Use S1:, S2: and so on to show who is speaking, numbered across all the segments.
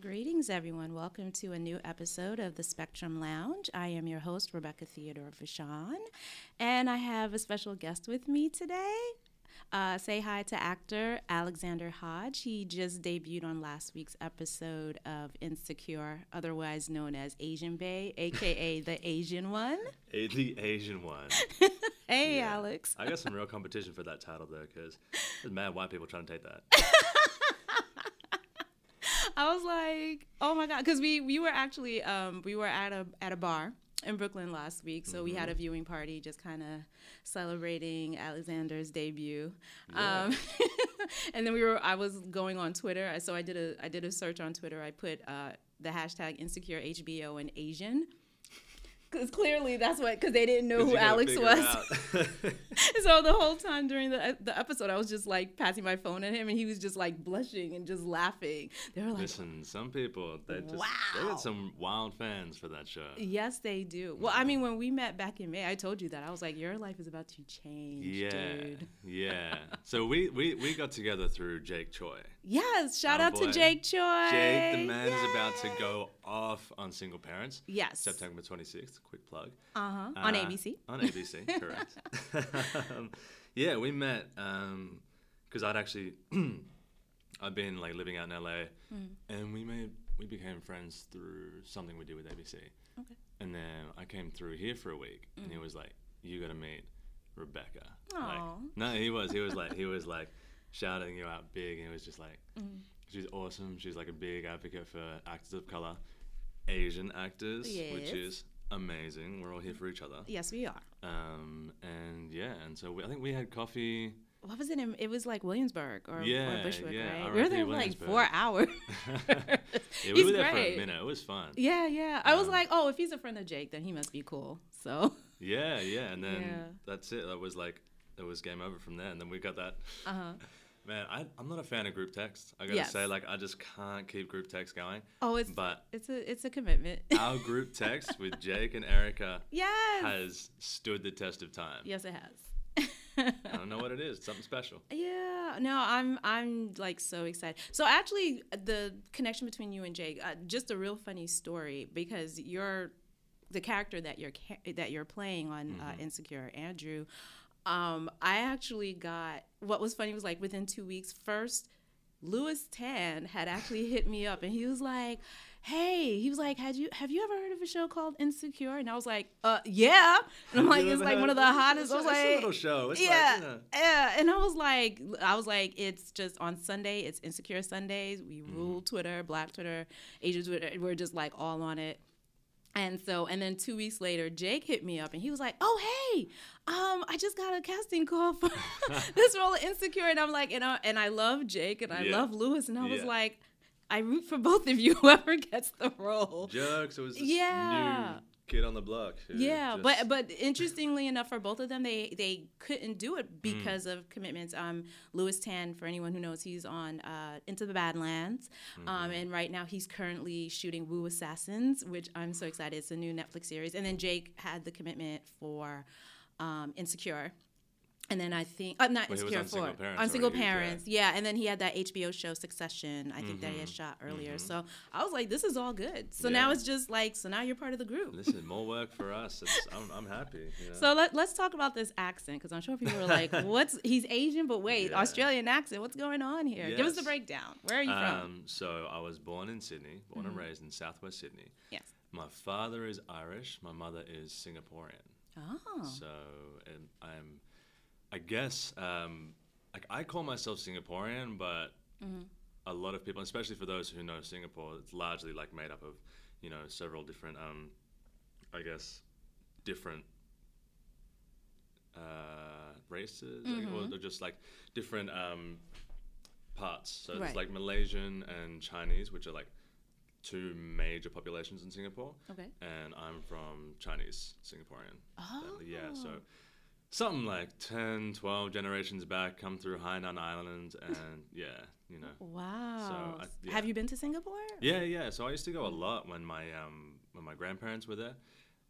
S1: Greetings, everyone. Welcome to a new episode of the Spectrum Lounge. I am your host, Rebecca Theodore Vachon, and I have a special guest with me today. Uh, say hi to actor Alexander Hodge. He just debuted on last week's episode of Insecure, otherwise known as Asian Bay, aka the Asian One.
S2: A- the Asian one.
S1: Hey,
S2: Yeah.
S1: Alex.
S2: I got some real competition for that title though, because there's mad white people trying to take that.
S1: I was like, oh my god, because we we were actually um, we were at a at a bar in Brooklyn last week, so we had a
S2: Mm-hmm.
S1: viewing party, just kind of celebrating Alexander's debut. Um, and then we were I was going on Twitter, I- so I did a I did a search on Twitter. I put uh, the hashtag insecure HBO and Asian. Because clearly that's what, because they didn't know who
S2: You gotta
S1: Alex
S2: figure
S1: was.
S2: out-
S1: So the whole time during the the episode, I was just like passing my phone at him, and he was just like blushing and just laughing. They were like,
S2: Listen, some people they just they
S1: Wow.
S2: got some wild fans for that show.
S1: Yes, they do. Well, I mean,
S2: Mm-hmm.
S1: when we met back in May, I told you that. I was like, your life is about to change,
S2: Yeah,
S1: dude.
S2: yeah. So we, we we got together through Jake Choi.
S1: Yes, shout
S2: Oh,
S1: out to
S2: boy.
S1: Jake Choi.
S2: Jake, the man is about to
S1: Yay.
S2: go off on single parents.
S1: Yes.
S2: September 26th. Quick plug.
S1: Uh-huh. on
S2: Uh,
S1: ABC.
S2: On ABC, correct. um, yeah, we met because I'd actually I've been like living out in LA,
S1: Mm.
S2: and we made we became friends through something we did with ABC.
S1: Okay. Mm.
S2: And then I came through here for a week, and he was like, "You got to meet Rebecca." Like,
S1: Aw.
S2: no, he was. He was like he was like shouting you out big, and it was just like.
S1: Mm.
S2: She's awesome. She's like a big advocate for actors of color, Asian actors,
S1: Yes.
S2: which is amazing. We're all here for each other.
S1: Yes, we are.
S2: Um, and yeah, and so we, I think we had coffee.
S1: What was it? In, it was like Williamsburg or, or
S2: Yeah,
S1: Bushwick,
S2: yeah,
S1: right? We were
S2: RIP
S1: there for like
S2: Williamsburg.
S1: four hours.
S2: yeah, we
S1: He's
S2: were there for
S1: great.
S2: a minute. It was fun.
S1: yeah, yeah. I was
S2: Um,
S1: like, oh, if he's a friend of Jake, then he must be cool. So,
S2: Yeah, yeah, and then
S1: Yeah.
S2: that's it. That was like it was game over from there. And then we got that.
S1: uh huh.
S2: Man, I, I'm not a fan of group text. I gotta
S1: Yes.
S2: say, like I just can't keep group text going.
S1: Oh, it's
S2: But
S1: it's a it's a commitment.
S2: our group text with Jake and Erica
S1: yes.
S2: has stood the test of time.
S1: Yes, it has.
S2: I don't know what it is. It's something special.
S1: Yeah, no, I'm I'm like so excited. So actually, the connection between you and Jake, uh, just a real funny story because you're the character that you're ca- that you're playing on uh,
S2: Mm-hmm.
S1: Insecure, Andrew. Um, I actually got what was funny was like within two weeks. First, Louis Tan had actually hit me up and he was like, "Hey," he was like, "Had you have you ever heard of a show called Insecure?" And I was like, "Uh, yeah." And I'm like, "It's like one of the hottest." I was
S2: It's a
S1: like,
S2: little show. It's
S1: yeah,
S2: like, you know.
S1: yeah. And I was like, I was like, it's just on Sunday. It's Insecure Sundays. We
S2: Mm-hmm.
S1: rule Twitter, Black Twitter, Asian Twitter. We're just like all on it. And so, and then two weeks later, Jake hit me up and he was like, "Oh hey, um, I just got a casting call for this role of Insecure," and I'm like, and I, and I love Jake and I
S2: Yeah.
S1: love Lewis, and I was
S2: Yeah.
S1: like, I root for both of you, whoever gets the role.
S2: Jokes. It was this
S1: Yeah.
S2: new kid on the block. who
S1: Yeah,
S2: just-
S1: but but interestingly enough, for both of them, they they couldn't do
S2: Hmm.
S1: it because of commitments. Um, Louis Tan, for anyone who knows, he's on uh, Into the Badlands,
S2: Mm-hmm.
S1: um, and right now he's currently shooting Wu Assassins, which I'm so excited. It's a new Netflix series, and then Jake had the commitment for um, Insecure. And then I think, uh, not
S2: Well, he was
S1: insecure
S2: on Single
S1: for-
S2: Parents
S1: on single
S2: already, yeah.
S1: parents, yeah. And then he had that HBO show Succession, I think that he had shot earlier. So I was like, this is all good. So now
S2: Mm-hmm. Yeah.
S1: it's just like, so now you're part of the group.
S2: listen, more work for us. It's, I'm, I'm happy. You know?
S1: So let, let's talk about this accent because I'm sure people are like, "What's he's Asian, but wait,
S2: Yeah.
S1: Australian accent? What's going on here? Give us the
S2: Yes.
S1: breakdown. Where are you from? Mm-hmm.
S2: um, so I was born in Sydney, born and raised in Southwest Sydney.
S1: Yes.
S2: My father is Irish. My mother is Singaporean.
S1: Oh,
S2: So and I'm, I guess, um, like I call myself Singaporean, but a lot of people, especially for those who know Singapore, it's largely like made up of, you know, several different, um, I guess, different uh, races, like, or they're just like different um, parts. So
S1: Right.
S2: there's like Malaysian and Chinese, which are like two major populations in Singapore
S1: okay.
S2: and I'm from Chinese Singaporean.
S1: Oh,
S2: family. Yeah, so something like 10, 12 generations back, come through Hainan Island, and yeah, you know.
S1: Oh, wow.
S2: I- yeah.
S1: Have you been to Singapore?
S2: Yeah, yeah. So I used to go a lot when my um when my grandparents were there.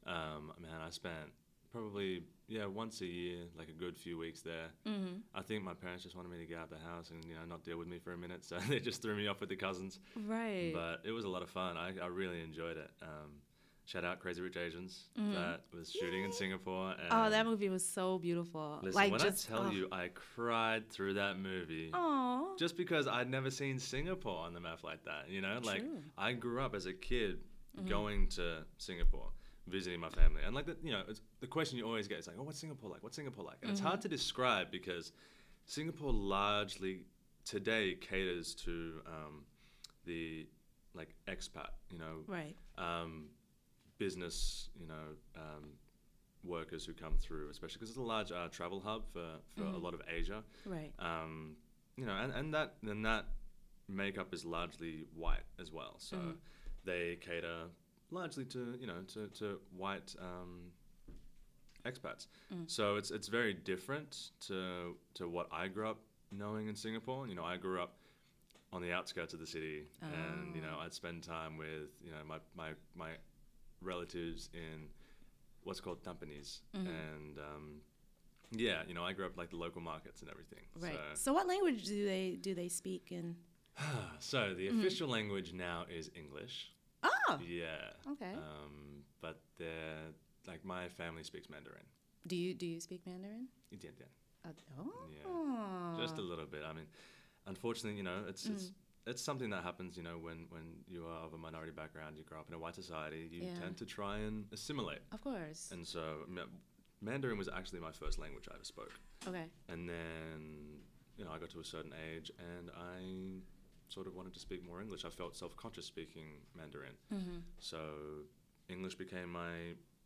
S2: Um, man, I spent probably yeah once a year, like a good few weeks there.
S1: Mm-hmm.
S2: I think my parents just wanted me to get out the house and you know not deal with me for a minute, so they just threw me off with the cousins.
S1: Right.
S2: But it was a lot of fun. I, I really enjoyed it. Um, shout out Crazy Rich Asians that was shooting in Singapore. And
S1: Mm-hmm. oh, that movie was so beautiful.
S2: um, Listen,
S1: like
S2: when
S1: just
S2: I tell you, I cried through that movie.
S1: Oh.
S2: Just because I'd never seen Singapore on the map like that, you know, like
S1: True. Mm-hmm.
S2: I grew up as a kid going to Singapore, visiting my family, and like that, you know, it's, the question you always get is like, "Oh, what's Singapore like? What's Singapore like?" And it's
S1: Mm-hmm.
S2: hard to describe because Singapore largely today caters to um, the like expat, you know,
S1: Right.
S2: um, business, you know, um, workers who come through, especially because it's a large uh, travel hub for, for a lot of Asia.
S1: Right.
S2: Um, you know, and, and that and that makeup is largely white as well. So they cater largely to you know to, to white um, expats. So it's it's very different to to what I grew up knowing in Singapore. You know, I grew up on the outskirts of the city, and you know, I'd spend time with you know my my my relatives in what's called Tampines, and um, yeah, you know, I grew up like the local markets and everything.
S1: Right.
S2: Uh, So-
S1: So, what language do they do they speak in?
S2: so the official language now is English.
S1: Mm. Oh.
S2: Yeah.
S1: Okay.
S2: Um, but the like my family speaks Mandarin.
S1: Do you do you speak Mandarin?
S2: Indian, yeah.
S1: Uh, oh.
S2: Yeah.
S1: Ah.
S2: Just a little bit. I mean, unfortunately, you know, it's it's
S1: Mm.
S2: it's something that happens. You know, when when you are of a minority background, you grow up in a white society, you
S1: Yeah.
S2: tend to try and assimilate.
S1: Of course.
S2: And so Ma- Mandarin was actually my first language I ever spoke.
S1: okay.
S2: And then, you know, I got to a certain age and I sort of wanted to speak more English. I felt self conscious speaking Mandarin. So English became my,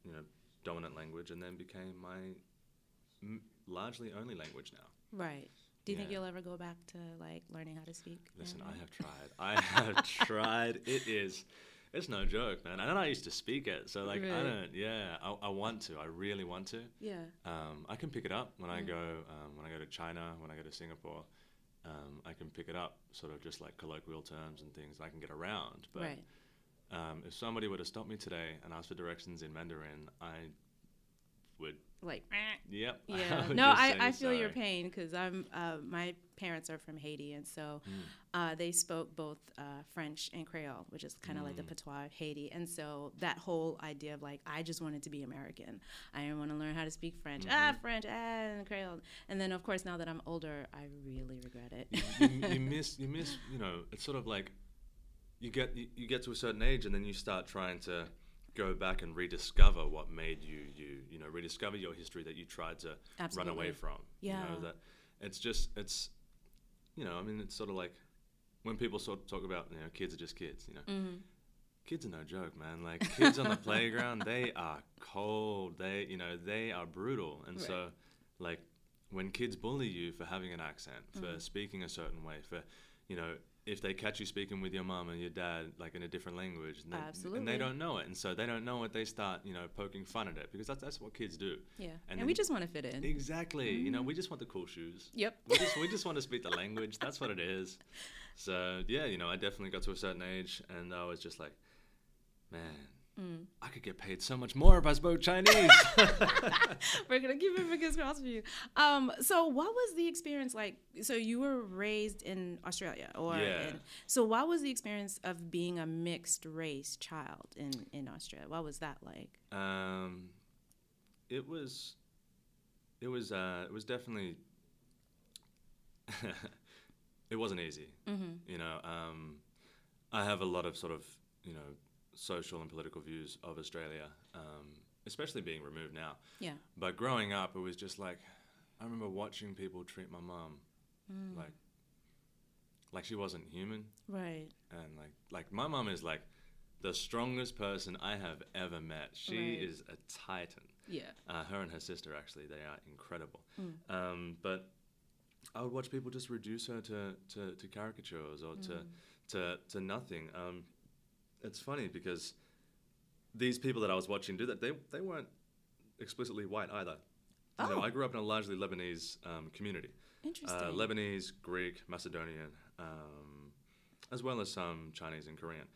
S2: you know, dominant language and then became my m- largely only language now.
S1: Right. Do you think
S2: Yeah.
S1: you'll ever go back to like learning how to speak?
S2: Listen, I
S1: Mandarin?
S2: have tried. I have tried. It is. It's no joke, man. And I used to speak it, so like I
S1: Really?
S2: don't. Yeah, I, I want to. I really want to.
S1: Yeah.
S2: Um, I can pick it up when I
S1: Mm.
S2: go um, when I go to China, when I go to Singapore. Um, I can pick it up, sort of just like colloquial terms and things. I can get around. But
S1: right.
S2: um, if somebody were to stop me today and ask for directions in Mandarin, I would.
S1: Like.
S2: Yep. I
S1: Yeah.
S2: would
S1: no,
S2: just
S1: I,
S2: say
S1: I feel your
S2: sorry.
S1: pain because I'm uh, my parents are from Haiti, and so
S2: Mm.
S1: uh, they spoke both uh, French and Creole, which is kind of like the
S2: Mm.
S1: patois of Haiti. And so that whole idea of like I just wanted to be American, I didn't want to learn how to speak French. Ah,
S2: Mm-hmm.
S1: French, ah, and Creole. And then of course now that I'm older, I really regret it.
S2: you, you miss you miss you know it's sort of like you get you, you get to a certain age and then you start trying to go back and rediscover what made you you you know rediscover your history that you tried to run away
S1: Absolutely.
S2: from you
S1: Yeah.
S2: know that it's just it's you know i mean it's sort of like when people sort of talk about you know kids are just kids you know
S1: Mm-hmm.
S2: Kids are no joke, man. Like kids on the playground, they are cold. They, you know, they are brutal. And so, like, when kids bully you for having an accent, for speaking a certain way, for, you know, if they catch you speaking with your mom and your dad, like in a different language, and they, and
S1: Absolutely.
S2: they don't know it, and so they don't know it, they start, you know, poking fun at it because that's that's what kids do.
S1: yeah. And, we
S2: And then-
S1: just want to fit in.
S2: Exactly. You know, we just want the cool shoes.
S1: Yep.
S2: We just, we just want to speak the language. That's what it is. So yeah, you know, I definitely got to a certain age, and I was just like, man, I could get paid so much more if I spoke Chinese.
S1: we're gonna keep it fingers crossed for you. Um, so what was the experience like? So you were raised in Australia, or
S2: Yeah.
S1: in, so what was the experience of being a mixed race child in in Australia? What was that like?
S2: um, it was, it was, uh, it was definitely, it wasn't easy. You know, um, I have a lot of sort of you know social and political views of Australia, um, especially being removed now.
S1: Yeah,
S2: But growing up, it was just like I remember watching people treat my mom like like she wasn't human,
S1: right.
S2: and like like my mom is like the strongest person I have ever met. She
S1: Right.
S2: is a titan.
S1: Yeah,
S2: Uh, her and her sister actually, they are incredible.
S1: Hmm.
S2: Um, but I would watch people just reduce her to to, to caricatures or
S1: Hmm.
S2: to to to nothing. Um, it's funny because these people that I was watching do that they they weren't explicitly white either. You know,
S1: Oh.
S2: I grew up in a largely Lebanese um, community,
S1: interesting.
S2: uh, Lebanese, Greek, Macedonian, um, as well as
S1: Mm-hmm.
S2: some Chinese and Korean.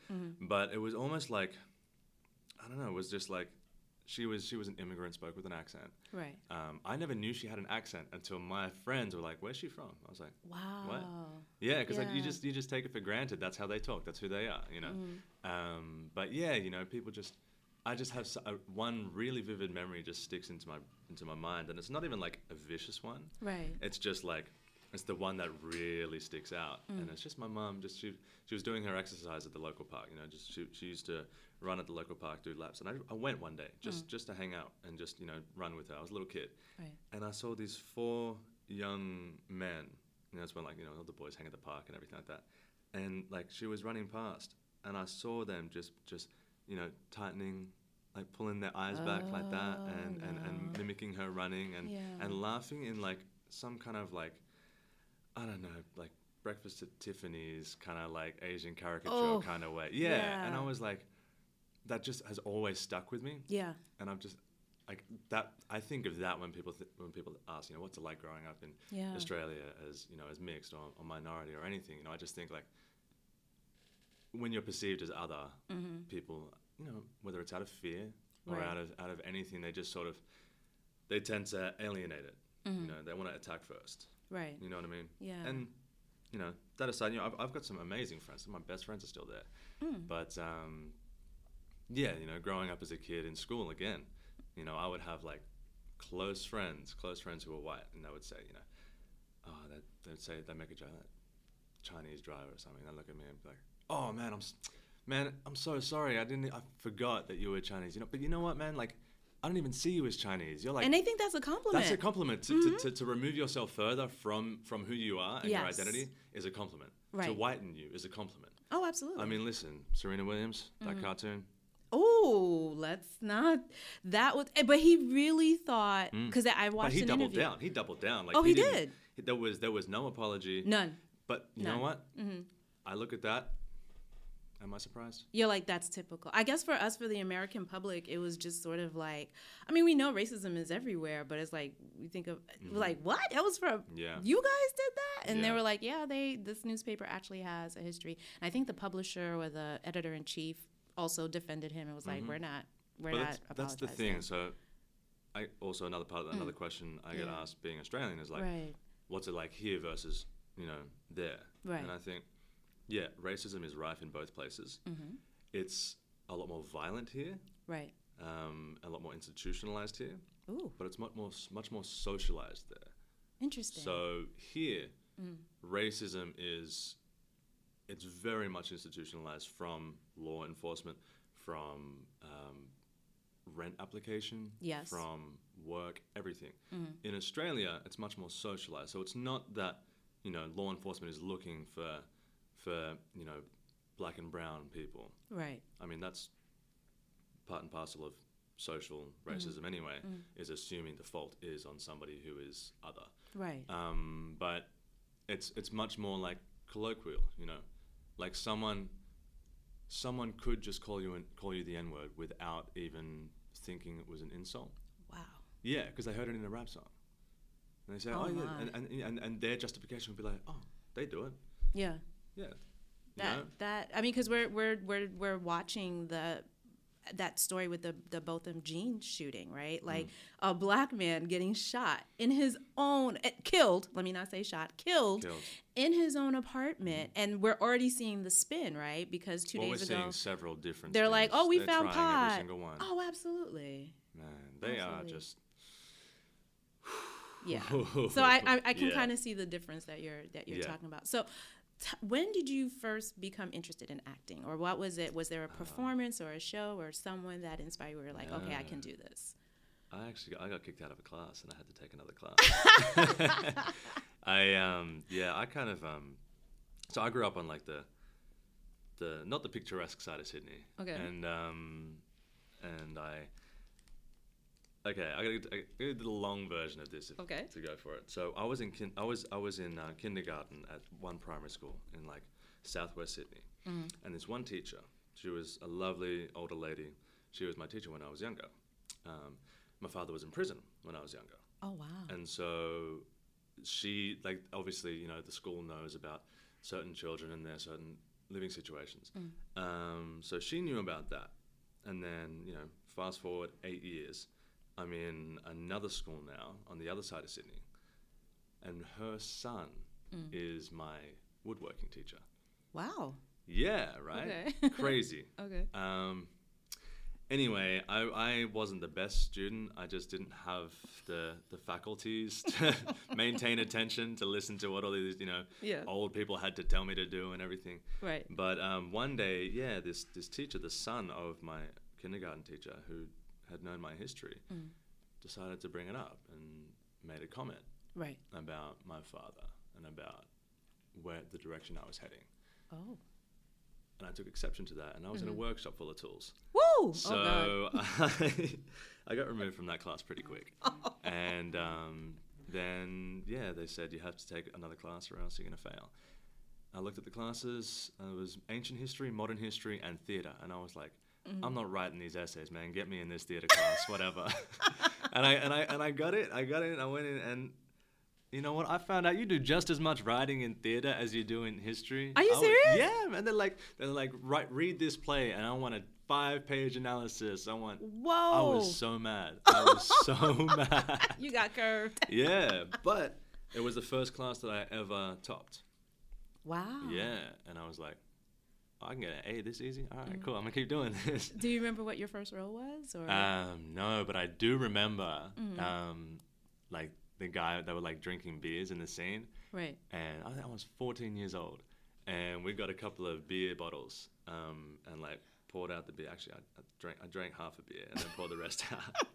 S2: But it was almost like I don't know. It was just like she was she was an immigrant, spoke with an accent.
S1: Right.
S2: Um, I never knew she had an accent until my friends were like, "Where's she from?" I was like,
S1: Wow.
S2: yeah, because like you
S1: Yeah.
S2: just you just take it for granted. That's how they talk. That's who they are. You know.
S1: Mm-hmm.
S2: Um, but yeah, you know, people just. I just have s a one really vivid memory just sticks into my into my mind, and it's not even like a vicious one.
S1: Right.
S2: It's just like it's the one that really sticks out, and it's just my mum. Just she she was doing her exercise at the local park. You know, just she, she used to run at the local park, do laps, and I, I went one day just just to hang out and just you know run with her. I was a little kid,
S1: Right.
S2: and I saw these four young men. You know, that's when like you know all the boys hang at the park and everything like that. And like she was running past, and I saw them just just you know tightening, like pulling their eyes back like that, and, and, and mimicking her running and
S1: Oh, Yeah.
S2: and laughing in like some kind of like I don't know like breakfast at Tiffany's kind of like Asian caricature
S1: Oh,
S2: kind of way. Yeah. and I
S1: yeah.
S2: was like, that just has always stuck with me
S1: Yeah.
S2: and I'm just like that. I think of that when people th- when people ask, you know, what's it like growing up in
S1: Yeah.
S2: Australia as you know as mixed or, or minority or anything. You know, I just think like when you're perceived as other
S1: Mm-hmm.
S2: people, you know, whether it's out of fear or
S1: Right.
S2: out of out of anything, they just sort of they tend to alienate it.
S1: Mm-hmm.
S2: You know, they want to attack first.
S1: Right.
S2: You know what I mean?
S1: Yeah.
S2: And you know that aside, you know, I've, I've got some amazing friends. My best friends are still there. But um, yeah, you know, growing up as a kid in school again, you know, I would have like close friends, close friends who were white, and they would say, you know, oh, they, they'd say they make a joke, like, Chinese driver or something. They look at me and be like, "Oh man, I'm, s- man, I'm so sorry. I didn't, I forgot that you were Chinese. You know, but you know what, man? Like, I don't even see you as Chinese. You're like,
S1: and they think that's a compliment. Mm-hmm.
S2: that's a compliment. To, to, to, to remove yourself further from from who you are and your
S1: Yes.
S2: identity is a compliment. To
S1: Right.
S2: whiten you is a compliment.
S1: oh, absolutely.
S2: I mean, listen, Serena Williams, that
S1: Mm-hmm.
S2: cartoon.
S1: oh, let's not. That was, eh, but he really thought because I
S2: Mm. But
S1: watched
S2: he
S1: an
S2: doubled
S1: interview.
S2: down. He doubled down. Like
S1: Oh, he
S2: didn't-
S1: did.
S2: he- There was there was no apology.
S1: None.
S2: But you
S1: None. Mm-hmm.
S2: know what? I look at that. Am I surprised?
S1: You're like that's typical. I guess for us, for the American public, it was just sort of like, I mean, we know racism is everywhere, but it's like we think of like what that was from.
S2: Mm-hmm. Yeah.
S1: You guys did that, and they
S2: Yeah.
S1: were like, yeah, they this newspaper actually has a history. And I think the publisher or the editor in chief also defended him and was like, we're not, we're
S2: Mm-hmm. But
S1: not.
S2: that's, that's the
S1: apologizing. Mm.
S2: thing. So, I also another part, another question I get
S1: Yeah.
S2: asked being Australian is like,
S1: right.
S2: what's it like here versus you know there
S1: Right.
S2: and i think yeah racism is rife in both places it's a lot more violent here
S1: Right.
S2: um, a lot more institutionalized here
S1: Ooh,
S2: but it's much more much more socialized there
S1: interesting.
S2: so here racism is it's very much institutionalized from law enforcement from um, rent application
S1: Yes.
S2: from work everything in australia it's much more socialized so it's not that you know law enforcement is looking for for you know black and brown people
S1: right.
S2: i mean that's part and parcel of social racism anyway is assuming the fault is on somebody who is other
S1: Right.
S2: um, but it's it's much more like colloquial, you know, like someone someone could just call you and call you the N word without even thinking it was an insult.
S1: wow.
S2: Yeah, because they heard it in a rap song, and they say,
S1: Oh
S2: oh,
S1: my.
S2: yeah, and, and, and and their justification would be like, oh, they do it,
S1: Yeah.
S2: yeah, you
S1: that
S2: know?
S1: that I mean, because we're we're we're we're watching the that story with the the Botham Jean shooting,
S2: Mm.
S1: right? Like a black man getting shot in his own eh, killed. Let me not say shot, killed,
S2: Killed.
S1: in his own apartment, and we're already seeing the spin, right? Because two
S2: Well, we're
S1: days ago.
S2: seeing several different.
S1: They're like,
S2: spins.
S1: oh, we
S2: They're
S1: found
S2: trying
S1: pot.
S2: Every single one.
S1: Oh, absolutely.
S2: Man, they
S1: absolutely.
S2: are just.
S1: Yeah. so I, I, I can
S2: Yeah.
S1: kind of see the difference that you're that you're
S2: Yeah.
S1: talking about. So, t- when did you first become interested in acting, or what was it? Was there a
S2: Uh-huh.
S1: performance or a show or someone that inspired you? Were like, okay, I can do this.
S2: I actually I got kicked out of a class and I had to take another class. I um yeah I kind of um so I grew up on like the the not the picturesque side of Sydney.
S1: Okay.
S2: And um and I okay I gotta, I gotta do the long version of this if,
S1: Okay.
S2: to go for it. So I was in kin- I was I was in uh, kindergarten at one primary school in like southwest Sydney,
S1: Mm-hmm.
S2: and this one teacher she was a lovely older lady. She was my teacher when I was younger. Um, my father was in prison when I was younger.
S1: Oh wow.
S2: And so she, like, obviously, you know, the school knows about certain children and their certain living situations. Um, so she knew about that. And then, you know, Fast forward eight years, I'm in another school now on the other side of Sydney, and her son is my woodworking teacher.
S1: Wow.
S2: Yeah, right?
S1: Okay.
S2: Crazy.
S1: Okay.
S2: Um, anyway, I, I wasn't the best student. I just didn't have the the faculties to maintain attention to listen to what all these you know
S1: Yeah.
S2: old people had to tell me to do and everything.
S1: Right.
S2: But um, one day, yeah, this this teacher, the son of my kindergarten teacher who had known my history, decided to bring it up and made a comment
S1: Right.
S2: about my father and about where the direction I was heading.
S1: Oh.
S2: And I took exception to that, and I was in a workshop full of tools.
S1: Woo! oh God.
S2: So I, I got removed from that class pretty quick.
S1: Oh.
S2: and um, then, yeah, they said you have to take another class or else you're going to fail. I looked at the classes. uh, It was ancient history, modern history, and theatre. And I was like,
S1: Mm.
S2: I'm not writing these essays, man. Get me in this theatre class, whatever. and I and I and I got it. I got it. I went in, and you know what? I found out you do just as much writing in theatre as you do in history.
S1: Are you
S2: I was-
S1: serious?
S2: yeah, man. They're like they're like write read this play, and I want a five page analysis. I want.
S1: Whoa.
S2: I was so mad. I was so mad.
S1: you got curved.
S2: Yeah, but it was the first class that I ever topped.
S1: Wow.
S2: Yeah, and I was like, oh, I can get an A this easy. All right, cool. I'm gonna keep doing this.
S1: Do you remember what your first role was? Or
S2: Um, no, but I do remember, um, like the guy that were like drinking beers in the scene,
S1: right.
S2: and I think I was 14 years old, and we got a couple of beer bottles, um, and like poured out the beer. Actually, I, I drank I drank half a beer and then poured the rest out,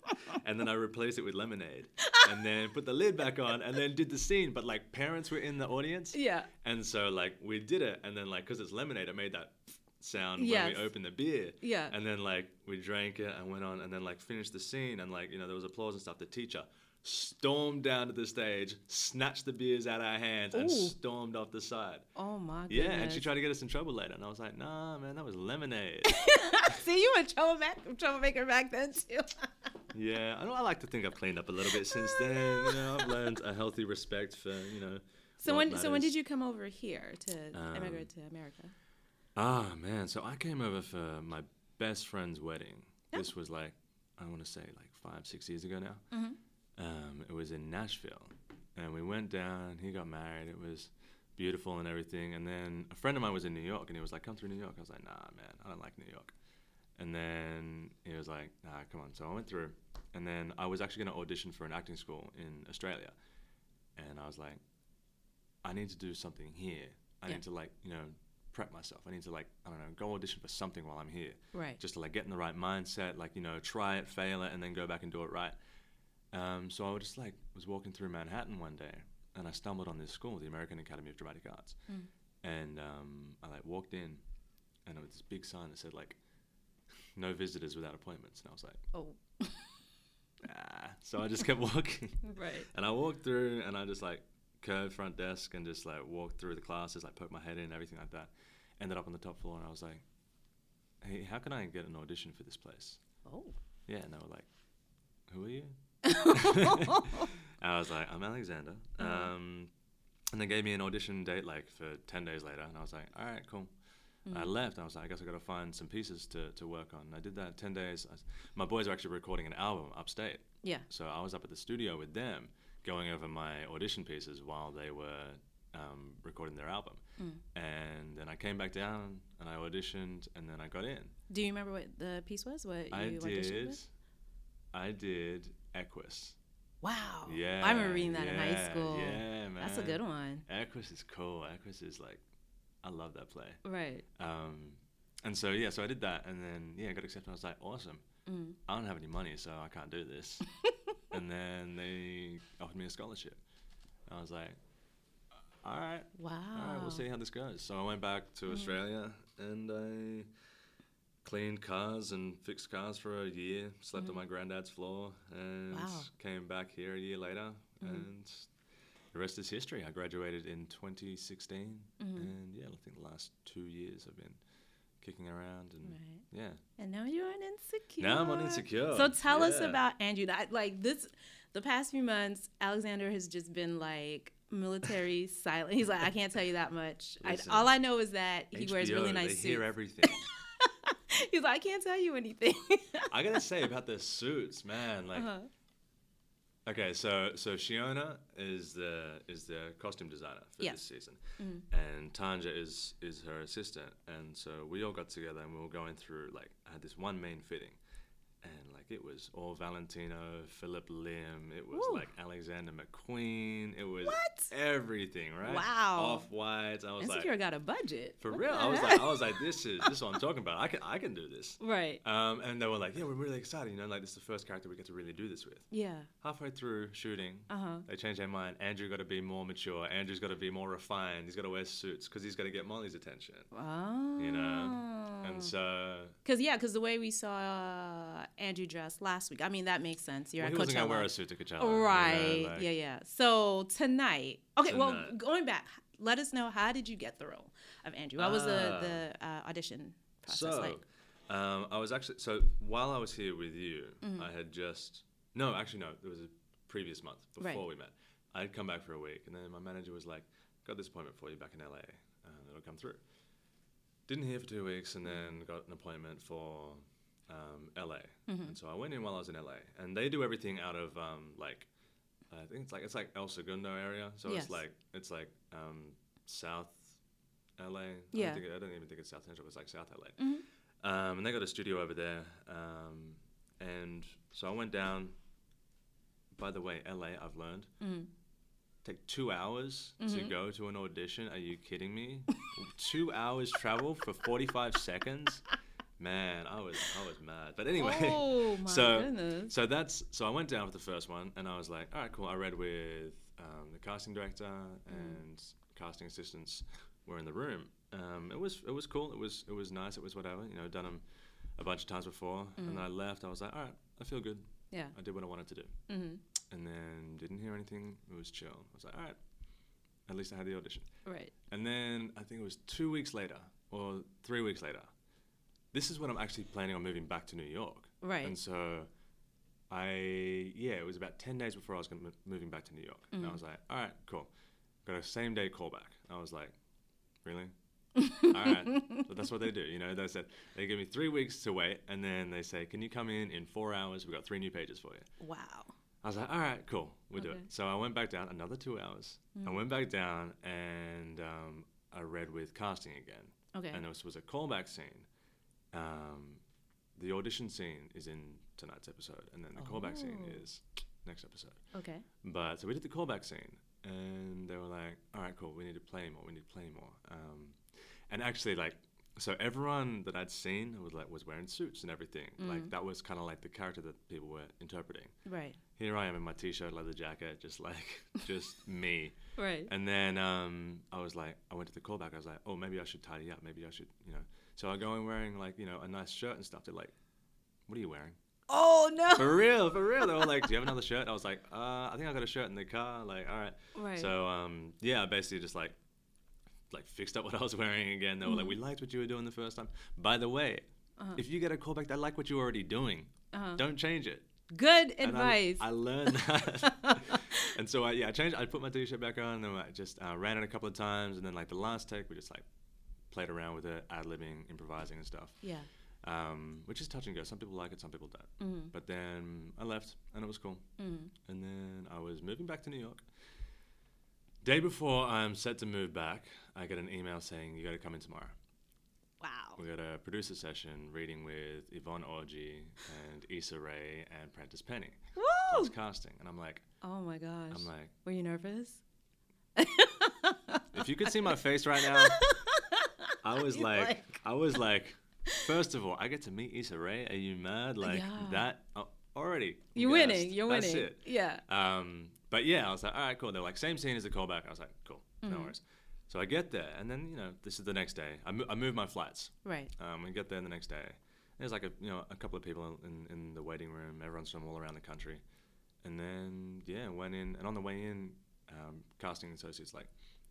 S2: and then I replaced it with lemonade, and then put the lid back on, and then did the scene. But like parents were in the audience,
S1: Yeah.
S2: and so like we did it, and then like because it's lemonade, it made that sound when
S1: Yes.
S2: we opened the beer.
S1: Yeah.
S2: And then like we drank it and went on, and then like finished the scene, and like you know there was applause and stuff. The teacher stormed down to the stage, snatched the beers out of our hands, and
S1: Ooh.
S2: stormed off the side.
S1: Oh my
S2: Yeah,
S1: goodness.
S2: and she tried to get us in trouble later, and I was like, Nah, man, that was lemonade.
S1: See, you were troublemaker, troublemaker back then too.
S2: yeah, I know. I like to think I've cleaned up a little bit since then. You know, I've learned a healthy respect for you know.
S1: so when so when
S2: what matters. Um,
S1: did you come over here to immigrate to America?
S2: Ah, man. So I came over for my best friend's wedding.
S1: Yeah.
S2: This was like, I want to say like five, six years ago now.
S1: Mm-hmm.
S2: Um, it was in Nashville. And we went down, he got married. It was beautiful and everything. And then a friend of mine was in New York and he was like, come through New York. I was like, nah, man, I don't like New York. And then he was like, nah, come on. So I went through. And then I was actually going to audition for an acting school in Australia. And I was like, I need to do something here. I
S1: Yeah.
S2: need to like, you know, prep myself. I need to like, I don't know, go audition for something while I'm here.
S1: Right.
S2: Just to like get in the right mindset, like, you know, try it, fail it, and then go back and do it right. Um, so I was just like was walking through Manhattan one day and I stumbled on this school, the American Academy of Dramatic Arts. And um, I like walked in and it was this big sign that said like no visitors without appointments and I was like,
S1: Oh,
S2: ah. So I just kept walking.
S1: right.
S2: And I walked through and I just like curved front desk and just like walked through the classes, like poked my head in and everything like that. Ended up on the top floor and I was like, hey, how can I get an audition for this place?
S1: Oh.
S2: Yeah. And they were like, who are you? I was like, I'm Alexander. Um, and they gave me an audition date like for 10 days later. And I was like, all right, cool. I left. and I was like, I guess I got to find some pieces to, to work on. And I did that 10 days. I s- my boys are actually recording an album upstate.
S1: Yeah.
S2: So I was up at the studio with them, going over my audition pieces while they were um, recording their album.
S1: Mm.
S2: And then I came back down and I auditioned, and then I got in.
S1: Do you remember what the piece was? What
S2: I
S1: you auditioned
S2: did.
S1: with?
S2: I did Equus.
S1: Wow.
S2: Yeah.
S1: Oh, I remember reading that in high
S2: yeah,
S1: school.
S2: Yeah, man.
S1: That's a good one.
S2: Equus is cool. Equus is like, I love that play.
S1: Right.
S2: Um, and so yeah, so I did that, and then yeah, I got accepted. I was like, awesome.
S1: Mm.
S2: I don't have any money, so I can't do this. and then they offered me a scholarship. I was like, all right,
S1: Wow.
S2: all right, we'll
S1: Ah.
S2: see how this goes. So I went back to
S1: Mm.
S2: Australia and I cleaned cars and fixed cars for a year. Slept on my granddad's floor and
S1: Mm. Wow. Mm-hmm.
S2: came back here a year later. And the rest is history. I graduated in 2016,
S1: Mm-hmm.
S2: and yeah, I think the last two years I've been kicking around and
S1: Right.
S2: yeah.
S1: And now you're on Insecure.
S2: Now I'm on Insecure.
S1: So tell us
S2: Yeah.
S1: about Andrew. That like this, the past few months, Alexander has just been like military silent. He's like, I can't tell you that much. I,
S2: Listen.
S1: all I know is that he wears
S2: HBO,
S1: really nice
S2: They
S1: suits.
S2: hear everything.
S1: He's like, I can't tell you anything.
S2: I gotta say about the suits, man. Like,
S1: uh-huh.
S2: okay, so so Shiona is the is the costume designer for
S1: Yeah. Mm-hmm.
S2: this season, and Tanja is is her assistant, and so we all got together and we were going through like I had this one main fitting, and like it was all Valentino, Philip Lim, it was
S1: Ooh.
S2: like Alexander McQueen, it was
S1: What?
S2: everything, right?
S1: Wow.
S2: off whites. I was
S1: Insecure
S2: like,
S1: got a budget.
S2: for
S1: What
S2: real.
S1: the
S2: I was
S1: heck?
S2: like, I was like, this is this is what I'm talking about. I can I can do this.
S1: right.
S2: Um, and they were like, yeah, we're really excited. You know, like this is the first character we get to really do this with.
S1: Yeah.
S2: Halfway through shooting,
S1: Uh-huh.
S2: they changed their mind. Andrew got to be more mature. Andrew's got to be more refined. He's got to wear suits because he's got to get Molly's attention.
S1: Oh.
S2: You know, and so
S1: Cause Mm. yeah, cause the way we saw uh, Andrew dressed last week, I mean that makes sense. You're
S2: well,
S1: at
S2: he wasn't gonna
S1: Coachella.
S2: wear a suit to Coachella. you know,
S1: Right.
S2: like-
S1: yeah, yeah. So tonight. Okay, well,
S2: Tonight.
S1: going back, let us know how did you get the role of Andrew? What was
S2: Ah.
S1: the, the uh, audition process
S2: So,
S1: like? Mm-hmm.
S2: um, I was actually so while I was here with you, I had just no, actually no, it was a previous month before
S1: Right.
S2: we met. I had come back for a week, and then my manager was like, "Got this appointment for you back in LA, and it'll come through." Didn't hear for two weeks, and then got an appointment for um, LA,
S1: Mm-hmm.
S2: and so I went in while I was in LA, and they do everything out of um, like. I think it's like it's like El Segundo area, so
S1: Yes.
S2: it's like it's like um, South LA. I
S1: Yeah. Mm-hmm.
S2: don't, think, I don't even think it's South Central. It's like South LA. Um, and they got a studio over there. Um, and so I went down. By the way, LA, I've learned,
S1: Mm-hmm.
S2: take two hours to go to an audition. Are you kidding me? two hours travel for 45 seconds? Man, I was I was mad. But anyway,
S1: Oh my
S2: so
S1: goodness.
S2: so that's so I went down for the first one, and I was like, all right, cool. I read with um, the casting director and casting assistants were in the room. Um, it was it was cool. It was it was nice. It was whatever. You know, done them a bunch of times before, and then I left. I was like, all right, I feel good.
S1: Yeah.
S2: I did what I wanted to do, mm-hmm. and then didn't hear anything. It was chill. I was like, all right, at least I had the audition.
S1: Right.
S2: And then I think it was two weeks later or three weeks later. This is when I'm actually planning on moving back to New York.
S1: Right.
S2: And so I, yeah, it was about 10 days before I was gonna mo- moving back to New York.
S1: Mm-hmm.
S2: And I was like, all right, cool. Got a same day callback. I was like, really? all right. But that's what they do. You know, they said, they give me three weeks to wait. And then they say, can you come in in four hours? We've got three new pages for you.
S1: Wow.
S2: I was like, all right, cool, we'll do
S1: Okay. Mm.
S2: it. So I went back down another two hours. I went back down and um, I read with casting again.
S1: Okay.
S2: And this was a callback scene. Um, the audition scene is in tonight's episode, and then the callback scene
S1: Oh.
S2: is next episode.
S1: Okay.
S2: But so we did the callback scene, and they were like, "All right, cool. We need to play more. We need to play more." Um, and actually, like, so everyone that I'd seen was like was wearing suits and everything.
S1: Mm.
S2: Like that was kind of like the character that people were interpreting
S1: Right.
S2: here I am in my t-shirt, leather jacket, just like just me.
S1: Right.
S2: And then um, I was like, I went to the callback. I was like, oh, maybe I should tidy up. Maybe I should, you know. So I go in wearing like you know a nice shirt and stuff. They're like, what are you wearing?
S1: oh no.
S2: For real, for real. They were like, do you have another shirt? I was like, uh, I think I got a shirt in the car. Like, all right.
S1: Right.
S2: So um, yeah, I basically just like like fixed up what I was wearing again. They were like, we liked what you were doing the first time. By the way, if you get a callback, they like what you're already doing. Don't change it.
S1: Good
S2: And I-
S1: advice.
S2: I, learned that. and so I, yeah, I changed. I put my t-shirt back on, and I just uh, ran it a couple of times, and then like the last take, we just like played around with it, ad libbing, improvising, and stuff.
S1: yeah.
S2: Um, which is touch and go. Some people like it, some people don't. But then I left, and it was cool. And then I was moving back to New York. Day before I'm set to move back, I get an email saying you got to come in tomorrow.
S1: Wow.
S2: We got a producer session reading with Yvonne Orji and Issa Rae and Prentice Penny
S1: Woo!
S2: plus casting. And I'm like,
S1: Oh my gosh.
S2: I'm like,
S1: Were you nervous?
S2: if you could see my face right now, I was
S1: You're
S2: like,
S1: like-
S2: I was like, first of all, I get to meet Issa Rae. Are you mad? Like
S1: Yeah.
S2: that uh, already.
S1: You're
S2: guessed.
S1: winning. You're
S2: That's
S1: winning.
S2: it.
S1: Yeah.
S2: Um, but yeah, I was like, all right, cool. They're like, same scene as the callback. I was like, cool,
S1: Mm-hmm.
S2: no worries. So I get there, and then you know, this is the next day. I, mo- I move my flights.
S1: Right.
S2: Um, we get there the next day. There's like a you know a couple of people in, in the waiting room. Everyone's from all around the country, and then yeah, went in and on the way in, um, casting associates like,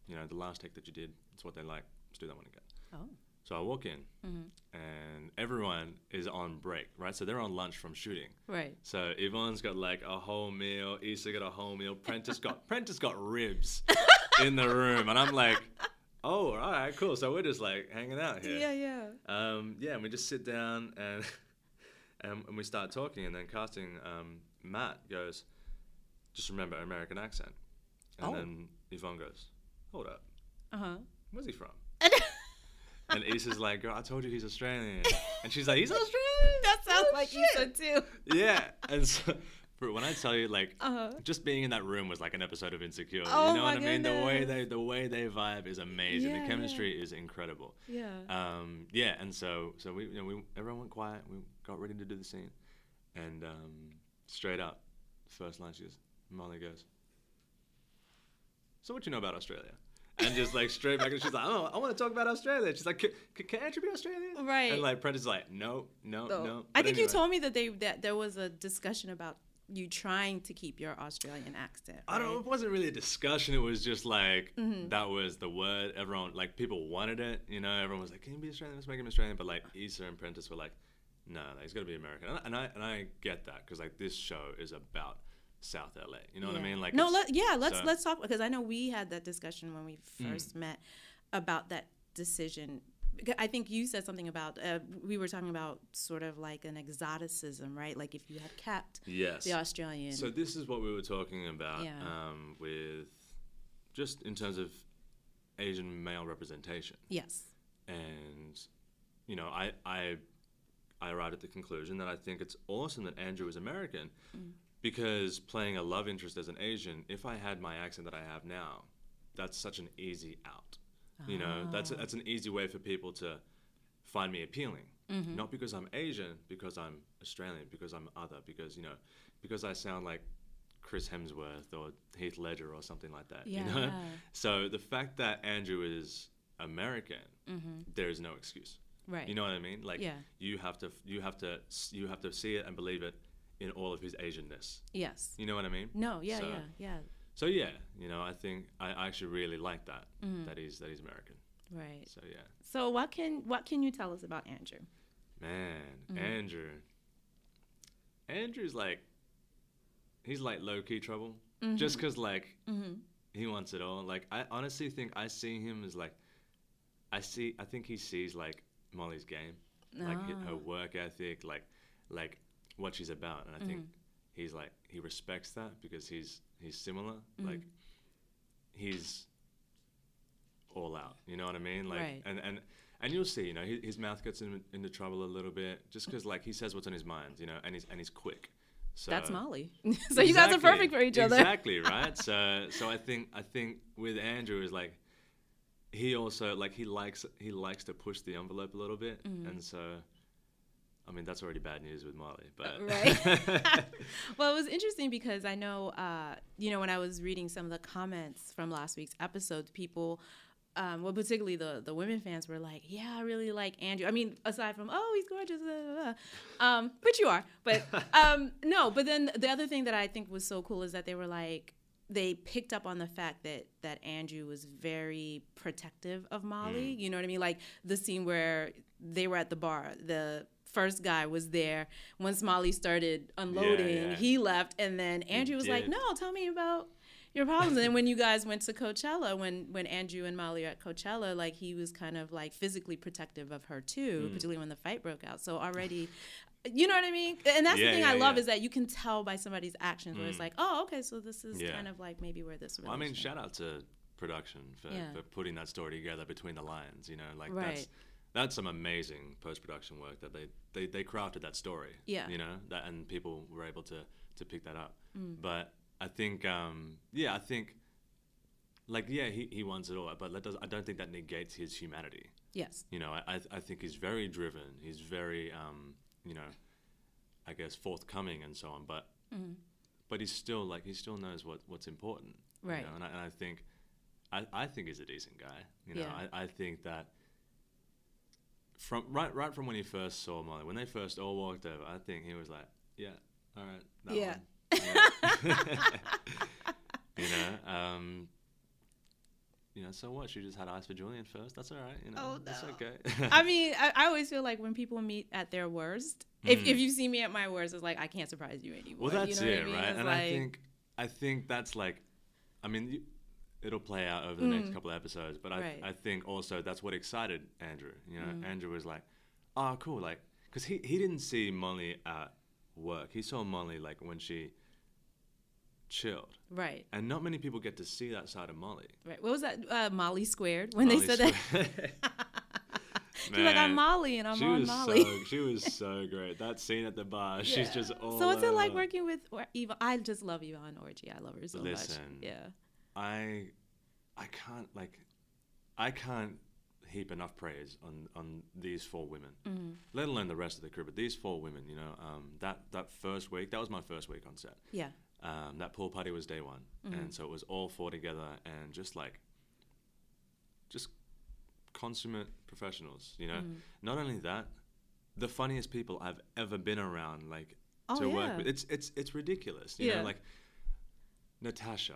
S2: you know, the last take that you did, it's what they like. Let's do that one again.
S1: Oh.
S2: So I walk in, and everyone is on break, right? So they're on lunch from shooting.
S1: Right.
S2: So Yvonne's got like a whole meal. Issa got a whole meal. Prentice got Prentice got ribs in the room, and I'm like, Oh, all right, cool. So we're just like hanging out here.
S1: Yeah, yeah.
S2: Um, yeah, and we just sit down and and, and we start talking, and then casting um, Matt goes, just remember American accent, and
S3: Oh.
S2: then Yvonne goes, hold up,
S1: Uh huh.
S2: where's he from? And Issa's like, girl, I told you he's Australian, and she's like, he's Australian.
S1: that sounds like you Issa too.
S2: yeah, and so. For when I tell you, like,
S1: Uh-huh.
S2: just being in that room was like an episode of Insecure.
S1: Oh,
S2: you know
S1: my
S2: what I mean? The way
S1: goodness.
S2: they the way they vibe is amazing.
S1: Yeah, yeah.
S2: the chemistry is incredible.
S1: Yeah.
S2: um, yeah, and so so we you know we everyone went quiet. We got ready to do the scene, and um, straight up, first line she goes, Molly goes, "So what you know about Australia?" And just like straight back, and she's like, "Oh, I want to talk about Australia." She's like, "C- c- "Can I interview Australia?"
S1: Right.
S2: And like Prentice is like, "No, no,
S1: So,
S2: no."
S1: I
S2: But
S1: think you
S2: anyway.
S1: told me that they that there was a discussion about you trying to keep your Australian accent.
S2: I
S1: right? Mm-hmm.
S2: don't. It wasn't really a discussion. It was just like that was the word. Everyone like people wanted it. You know, everyone was like, "Can you be Australian? Let's make him Australian." But like Issa and Prentice were like, "No, no he's got to be American." And I, and I and I get that because like this show is about South LA. You know what I
S1: Yeah.
S2: mean? Like
S1: no,
S2: it's-
S1: let, yeah, let's
S2: so- Mm.
S1: let's talk because I know we had that discussion when we first met about that decision. Beca- I think you said something about uh, we were talking about sort of like an exoticism, right? Like if you had kept
S2: yes.
S1: the Australian,
S2: So this is what we were talking about
S1: Yeah.
S2: um, with just in terms of Asian male representation.
S1: yes,
S2: and you know I I I arrived at the conclusion that I think it's awesome that Andrew is American
S1: Mm.
S2: because playing a love interest as an Asian, if I had my accent that I have now, that's such an easy out. You know, that's
S1: Ah.
S2: that's an easy way for people to find me appealing.
S1: Mm-hmm.
S2: Not because I'm Asian, because I'm Australian, because I'm other, because you know, because I sound like Chris Hemsworth or Heath Ledger or something like that. You know,
S1: Yeah.
S2: so the fact that Andrew is American, there is no excuse.
S1: right,
S2: You know what I mean? Like
S1: Yeah.
S2: you have to you have to you have to see it and believe it in all of his Asianness.
S1: yes,
S2: You know what I mean?
S1: no, yeah,
S2: So-
S1: yeah, yeah,
S2: So yeah, you know, I think I, I actually really like that. That he's that he's American.
S1: right.
S2: So yeah,
S1: So what can what can you tell us about Andrew?
S2: man, Andrew. Andrew's like, he's like low key trouble, just cause like
S1: Mm-hmm.
S2: he wants it all. Like I honestly think I see him as like, I see I think he sees like Molly's game, like uh,
S1: Ah.
S2: hi- her work ethic, like like what she's about, and I think
S1: Mm-hmm.
S2: he's like he respects that because he's he's similar.
S1: Mm-hmm.
S2: Like he's all out. You know what I mean? Like
S1: Right.
S2: and and and you'll see. You know, his, his mouth gets in, into trouble a little bit just because like he says what's on his mind. You know, and he's and he's quick. So
S1: That's Molly. so you guys are
S2: uh, Exactly.
S1: perfect for each other.
S2: Exactly, right? so so I think I think with Andrew is like he also like he likes he likes to push the envelope a little bit
S1: Mm.
S2: and so I mean that's already bad news with Molly, but
S1: Uh, right. well, it was interesting because I know, uh, you know, when I was reading some of the comments from last week's episode, people, um, well, particularly the the women fans were like, "Yeah, I really like Andrew." I mean, aside from, "Oh, he's gorgeous," blah, blah, blah," um, which you are, but um, no. But then the other thing that I think was so cool is that they were like. They picked up on the fact that that Andrew was very protective of Molly.
S2: Mm.
S1: You know what I mean? Like the scene where they were at the bar, the first guy was there. Once Molly started unloading,
S2: yeah.
S1: he left, and then Andrew was like,
S2: did.
S1: "No, tell me about your problems." and then when you guys went to Coachella, when when Andrew and Molly are at Coachella, like he was kind of like physically protective of her too,
S2: Mm.
S1: particularly when the fight broke out. So already. You know what I mean? And that's the
S2: Yeah,
S1: thing I
S2: yeah,
S1: love
S2: yeah.
S1: is
S2: Mm.
S1: that you can tell by somebody's actions where it's like, oh, okay, so this is
S2: Yeah.
S1: kind of like maybe where this.
S2: Well, I mean,
S1: relationship-
S2: shout out to production for,
S1: Yeah.
S2: for putting that story together between the lines. You know, like
S1: Right.
S2: that's that's some amazing post production work that they, they they crafted that story.
S1: Yeah.
S2: you know that, and people were able to to pick that up.
S1: Mm.
S2: But I think, um, yeah, I think, like, yeah, he, he wants it all, but that does I don't think that negates his humanity.
S1: yes,
S2: You know, I I, I think he's very driven. He's very, um, you know, I guess forthcoming and so on. But
S1: Mm-hmm.
S2: but he's still like he still knows what what's important. you
S1: Right.
S2: know, And I, and I think I, I think he's a decent guy. You know,
S1: Yeah.
S2: I, I think that from right right from when he first saw Molly, when they first all walked over, I think he was like, yeah, all right, that
S1: Yeah.
S2: one. Yeah. you know, um, you know, so what? She just had eyes for Julian first. That's all right. You know,
S1: Oh,
S2: that's
S1: no.
S2: okay.
S1: I mean, I, I always feel like when people meet at their worst, if, if you see me at my worst, it's like I can't surprise you anymore.
S2: Mm. Well, that's
S1: you know what
S2: it,
S1: I mean?
S2: right?
S1: It's
S2: and I
S1: like-
S2: think I think that's like, I mean, you, it'll play out over the next couple of episodes. But I,
S1: Mm. Right. Mm.
S2: I think also that's what excited Andrew. You know, Andrew was like, "Oh, cool!" Like, because he he didn't see Molly at work. He saw Molly like when she chilled,
S1: Right.
S2: and not many people get to see that side of Molly.
S1: Right. What was that? Uh, Molly squared. When they
S2: Molly
S1: said that,
S2: Square-
S1: she's like, "I'm
S2: Man,
S1: Molly and I'm
S2: She
S1: on
S2: was
S1: Molly."
S2: so she was so great. That scene at the bar, she's
S1: Yeah.
S2: just all.
S1: So what's it like
S2: over.
S1: working with or Eva? I just love Yvonne Orgy. I love her so
S2: Listen.
S1: much. Yeah.
S2: I I can't like I can't heap enough praise on on these four women, let alone the rest of the crew. But these four women, you know, um, that that first week, that was my first week on set.
S1: Yeah.
S2: Um, that pool party was day one,
S1: Mm-hmm.
S2: and so it was all four together and just like just consummate professionals. You know,
S1: Mm.
S2: not only that, the funniest people I've ever been around. Like
S1: Oh,
S2: to
S1: yeah.
S2: work with, it's it's it's ridiculous. You
S1: Yeah. Mm-hmm.
S2: know, like Natasha.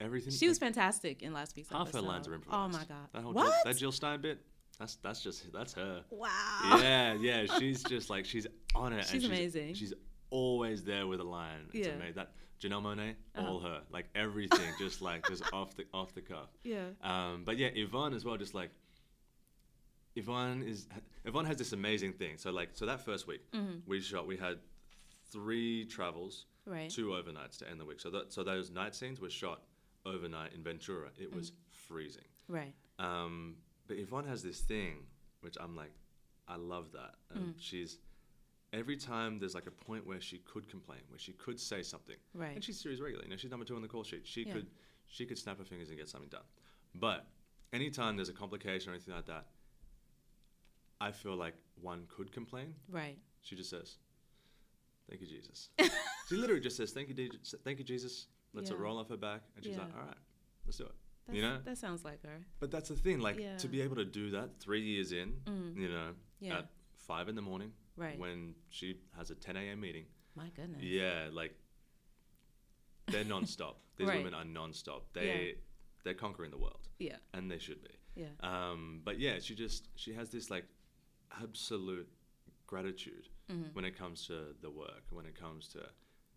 S2: Everything
S1: She
S2: like,
S1: was fantastic in last week's
S2: Half her
S1: episode.
S2: lines are
S1: Oh
S2: improvised.
S1: my god.
S2: That whole Jill,
S1: what?
S2: that Jill Stein bit. That's that's just that's her.
S1: wow.
S2: Yeah, yeah. She's just like she's on it.
S1: She's amazing.
S2: She's always there with a line.
S1: Yeah.
S2: It's
S1: Uh-huh.
S2: amazing. That Janelle Monet, all her, like everything, just like just off the off the cuff.
S1: Yeah.
S2: Um, but yeah, Yvonne as well, just like Yvonne is Yvonne has this amazing thing. So like so that first week
S1: Mm-hmm.
S2: we shot, we had three travels,
S1: Right.
S2: two overnights to end the week. So that so those night scenes were shot overnight in Ventura. It
S1: Mm.
S2: was freezing.
S1: Right.
S2: Um, but Yvonne has this thing, which I'm like, I love that.
S1: Mm.
S2: Um, She's every time there's like a point where she could complain, where she could say something,
S1: Right.
S2: And she's series regular. You know, she's number two on the call sheet. She
S1: Yeah.
S2: could, she could snap her fingers and get something done. But anytime there's a complication or anything like that, I feel like one could complain.
S1: Right.
S2: She just says, "Thank you, Jesus." she literally just says, "Thank you, D- thank you, Jesus." Lets it
S1: Yeah.
S2: roll off her back, and she's
S1: Yeah.
S2: like, "All right, let's do it."
S1: That's,
S2: you know,
S1: That sounds like her.
S2: but that's the thing, like
S1: Yeah. Mm.
S2: to be able to do that three years in, you know,
S1: Yeah.
S2: at five in the morning,
S1: Right.
S2: Uh, when she has a 10 a.m. meeting,
S1: My goodness.
S2: yeah, like they're nonstop. These
S1: Right.
S2: women are nonstop. They they're conquering the world,
S1: Yeah.
S2: and they should be.
S1: Yeah.
S2: Um, but yeah, she just she has this like absolute gratitude
S1: Mm-hmm.
S2: when it comes to the work, when it comes to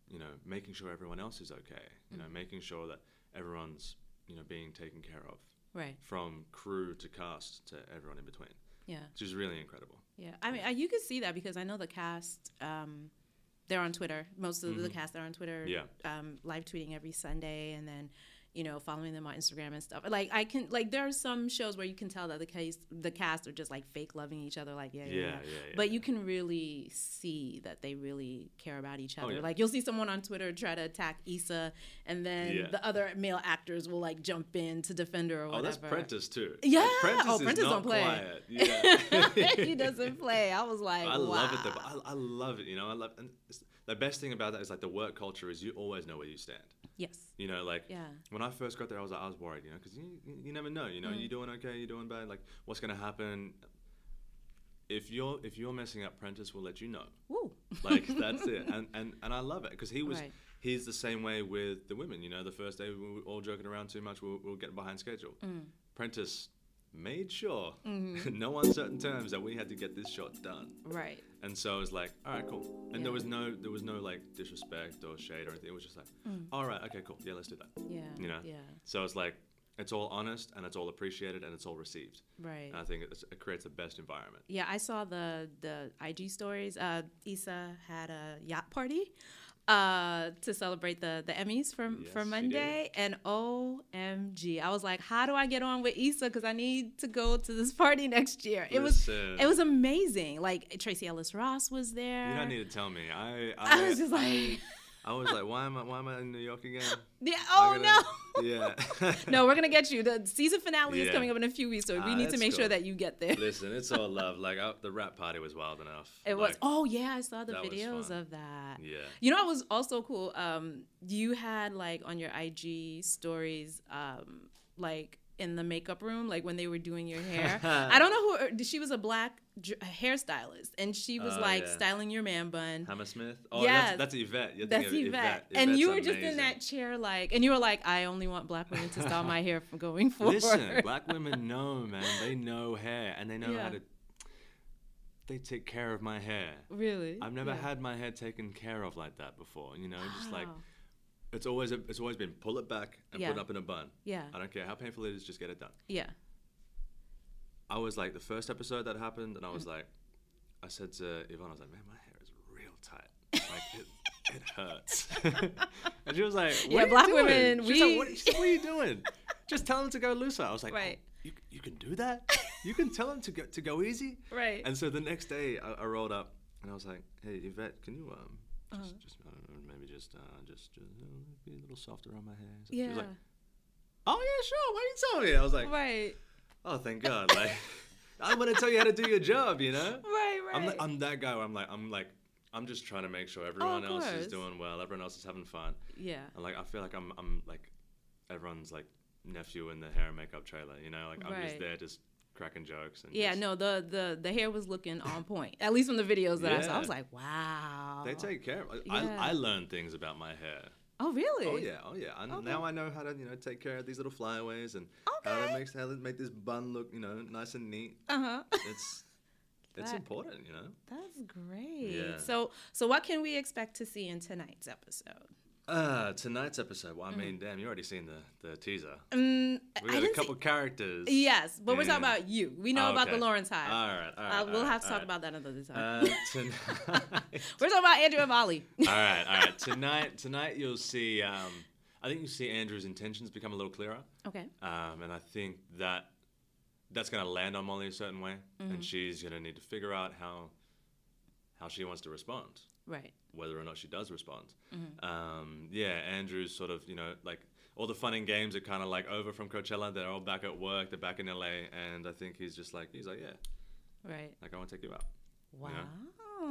S2: you know making sure everyone else is okay, you
S1: Mm-hmm.
S2: know, making sure that everyone's you know being taken care of
S1: Right.
S2: from crew to cast to everyone in between,
S1: Yeah.
S2: which is really incredible.
S1: Yeah, I mean, uh, you could see that because I know the cast. Um, they're on Twitter. Most of the cast are on Twitter.
S2: Mm-hmm. Yeah.
S1: Um, live tweeting every Sunday, and then you know following them on Instagram and stuff. Like I can like there are some shows where you can tell that the case the cast are just like fake loving each other. Like yeah, yeah, yeah.
S2: Yeah, yeah, yeah.
S1: But you can really see that they really care about each other.
S2: Oh, yeah.
S1: Like you'll see someone on Twitter try to attack Issa, and then
S2: Yeah.
S1: the other male actors will like jump in to defend her or
S2: Oh,
S1: whatever.
S2: that's Prentice too. Like,
S1: Yeah.
S2: Prentice
S1: Oh,
S2: is
S1: Prentice
S2: not
S1: don't play.
S2: quiet. Yeah.
S1: he doesn't play. I was like,
S2: I
S1: wow.
S2: love it though. but I, I love it. You know, I love and it's- the best thing about that is like the work culture is you always know where you stand.
S1: yes.
S2: You know, like
S1: Yeah.
S2: when I first got there, I was like, I was worried, you know, because you, you you never know. You know,
S1: Mm.
S2: you doing okay, you doing bad. Like, what's gonna happen? If you're if you're messing up, Prentice will let you know.
S1: Woo.
S2: like that's it and and, and i love it because he was
S1: Right.
S2: he's the same way with the women you know the first day we were all joking around too much we'll, we'll get behind schedule
S1: Mm.
S2: prentice made sure
S1: Mm-hmm.
S2: in no uncertain terms that we had to get this shot done
S1: Right.
S2: and so it was like all right cool and
S1: Yeah.
S2: there was no there was no like disrespect or shade or anything it was just like
S1: Mm.
S2: all right okay cool yeah let's do that
S1: Yeah.
S2: you know
S1: Yeah.
S2: so it's like it's all honest and it's all appreciated and it's all received
S1: Right.
S2: and i think it's, it creates the best environment
S1: yeah, I saw the the IG stories. Uh, Issa had a yacht party uh, to celebrate the the Emmys from
S2: Yes, she
S1: for
S2: did.
S1: Monday, and OMG, I was like, how do I get on with Issa? Because I need to go to this party next year. It was
S2: Listen.
S1: it was amazing. Like Tracy Ellis Ross was there.
S2: you don't need to tell me i i,
S1: I was just like,
S2: I was like, why am I why am I in New York again?
S1: yeah, oh
S2: I
S1: no.
S2: gotta- Yeah.
S1: No, we're gonna get you. The season finale is
S2: Yeah.
S1: coming up in a few weeks, so we
S2: Ah,
S1: need to
S2: that's
S1: make sure
S2: cool.
S1: that you get there.
S2: Listen, it's all love. Like I, the rap party was wild enough.
S1: It was.
S2: Like,
S1: Oh yeah, I saw the
S2: that was
S1: videos
S2: fun.
S1: of that.
S2: Yeah.
S1: You know, what was also cool. Um, you had like on your IG stories, um, like in the makeup room, like when they were doing your hair. I don't know who. uh, She was a black dr- hairstylist, and she was
S2: Oh,
S1: like
S2: yeah.
S1: styling your man bun.
S2: Hammersmith. Oh,
S1: Yes.
S2: that's, that's Yvette. You're
S1: That's
S2: thinking
S1: Yvette.
S2: of Yvette.
S1: And you were
S2: Yvette's
S1: just in
S2: amazing.
S1: that chair, like, and you were like, I only want black women to style my hair from going forward.
S2: Listen, black women know, man. They know hair, and they know
S1: Yeah.
S2: how to. They take care of my hair.
S1: really?
S2: I've never
S1: Yeah.
S2: had my hair taken care of like that before. You know, just like
S1: Wow.
S2: it's always it's always been pull it back and
S1: Yeah.
S2: put it up in a bun.
S1: Yeah.
S2: I don't care how painful it is, just get it done.
S1: Yeah.
S2: I was like the first episode that happened, and I was like, I said to Yvonne, I was like, man, my hair is real tight. Like it, it hurts. and she was like, what
S1: Yeah,
S2: are you
S1: black
S2: doing?"
S1: women,
S2: She was like,
S1: we-
S2: what, she said, "What are you doing? Just tell him to go looser. I was like,
S1: Right.
S2: "Oh, you, you can do that. You can tell him to go to go easy.
S1: Right.
S2: And so the next day, I, I rolled up and I was like, hey Yvette, can you um.
S1: Uh-huh.
S2: Just, just, I don't know, maybe just, uh, just, just uh, be a little softer on my hair. So She
S1: yeah.
S2: was like, "Oh yeah, sure. Why didn't you tell me?" I was like,
S1: right.
S2: "Oh, thank God!" Like, I'm gonna tell you how to do your job, you know.
S1: Right. Right.
S2: I'm, the, I'm that guy where I'm like, I'm like, I'm just trying to make sure everyone else
S1: course.
S2: is doing well, everyone else is having fun.
S1: yeah.
S2: And like, I feel like I'm, I'm like, everyone's like nephew in the hair and makeup trailer, you know? Like, I'm
S1: Right.
S2: just there, just cracking jokes. And
S1: Yeah.
S2: just-
S1: No. The the the hair was looking on point. At least from the videos that I saw, I
S2: Yeah.
S1: was like, wow.
S2: They take care. Of,
S1: Yeah.
S2: I, I learned things about my hair.
S1: Oh really?
S2: Oh yeah, oh yeah. And now I know how to, you know, take care of these little flyaways and how
S1: Okay.
S2: to make how to make this bun look, you know, nice and neat.
S1: Uh huh.
S2: It's it's
S1: That-
S2: important, you know.
S1: That's great.
S2: Yeah.
S1: So so what can we expect to see in tonight's episode?
S2: Uh, tonight's episode. Well, I mean, damn, you already seen the the teaser.
S1: Mm, Mm-hmm. I-
S2: We
S1: I
S2: got a
S1: didn't see-
S2: couple characters.
S1: Yes, but we're
S2: Yeah.
S1: talking about you. We know
S2: Oh,
S1: about the
S2: okay.
S1: Lawrence
S2: All
S1: High.
S2: right, all right.
S1: uh, we'll
S2: all
S1: have to
S2: right,
S1: talk about that another time.
S2: all right. Uh, tonight.
S1: we're talking about Andrew and Molly.
S2: all right, all right. Tonight, tonight you'll see. Um, I think you'll see Andrew's intentions become a little clearer,
S1: okay.
S2: um, and I think that that's going to land on Molly a certain way, and she's going to need to figure out how how she wants to respond,
S1: Right.
S2: whether or not she does respond. Um, yeah, Andrew's sort of you know like. All the fun and games are kind of like over from Coachella. They're all back at work. They're back in LA, and I think he's just like he's like, yeah,
S1: Right.
S2: like I want to take you out.
S1: Wow.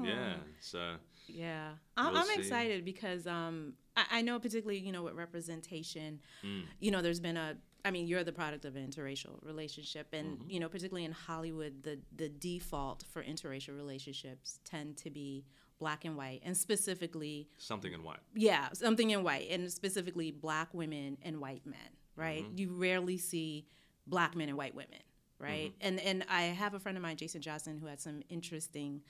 S2: Yeah. So
S1: Yeah. I'm,
S2: We'll
S1: I'm
S2: see.
S1: excited because um, I, I know particularly, you know, with representation,
S2: Mm.
S1: you know, there's been a, I mean, you're the product of an interracial relationship. And,
S2: Mm-hmm.
S1: you know, particularly in Hollywood, the, the default for interracial relationships tend to be black and white and specifically
S2: something in white.
S1: yeah, something in white, and specifically black women and white men, right? You rarely see black men and white women, right? And and I have a friend of mine, Jason Johnson, who had some interesting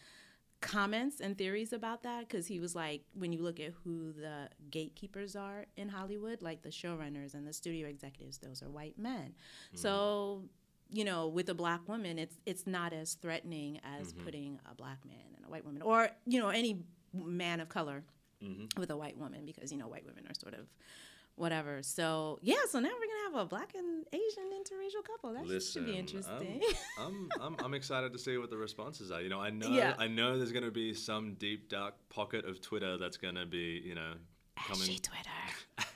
S1: comments and theories about that because he was like, when you look at who the gatekeepers are in Hollywood, like the showrunners and the studio executives, those are white men. So you know, with a black woman, it's it's not as threatening as putting a black man and a white woman, or you know, any man of color
S2: Mm-hmm.
S1: with a white woman, because you know, white women are sort of whatever. So yeah, so now we're gonna have a black and Asian interracial couple. That
S2: Listen,
S1: should be interesting.
S2: I'm, I'm, I'm, I'm excited to see what the responses are. You know, I know,
S1: Yeah.
S2: I know there's going to be some deep dark pocket of Twitter that's going to be, you know,
S1: She
S2: coming.
S1: Twitter.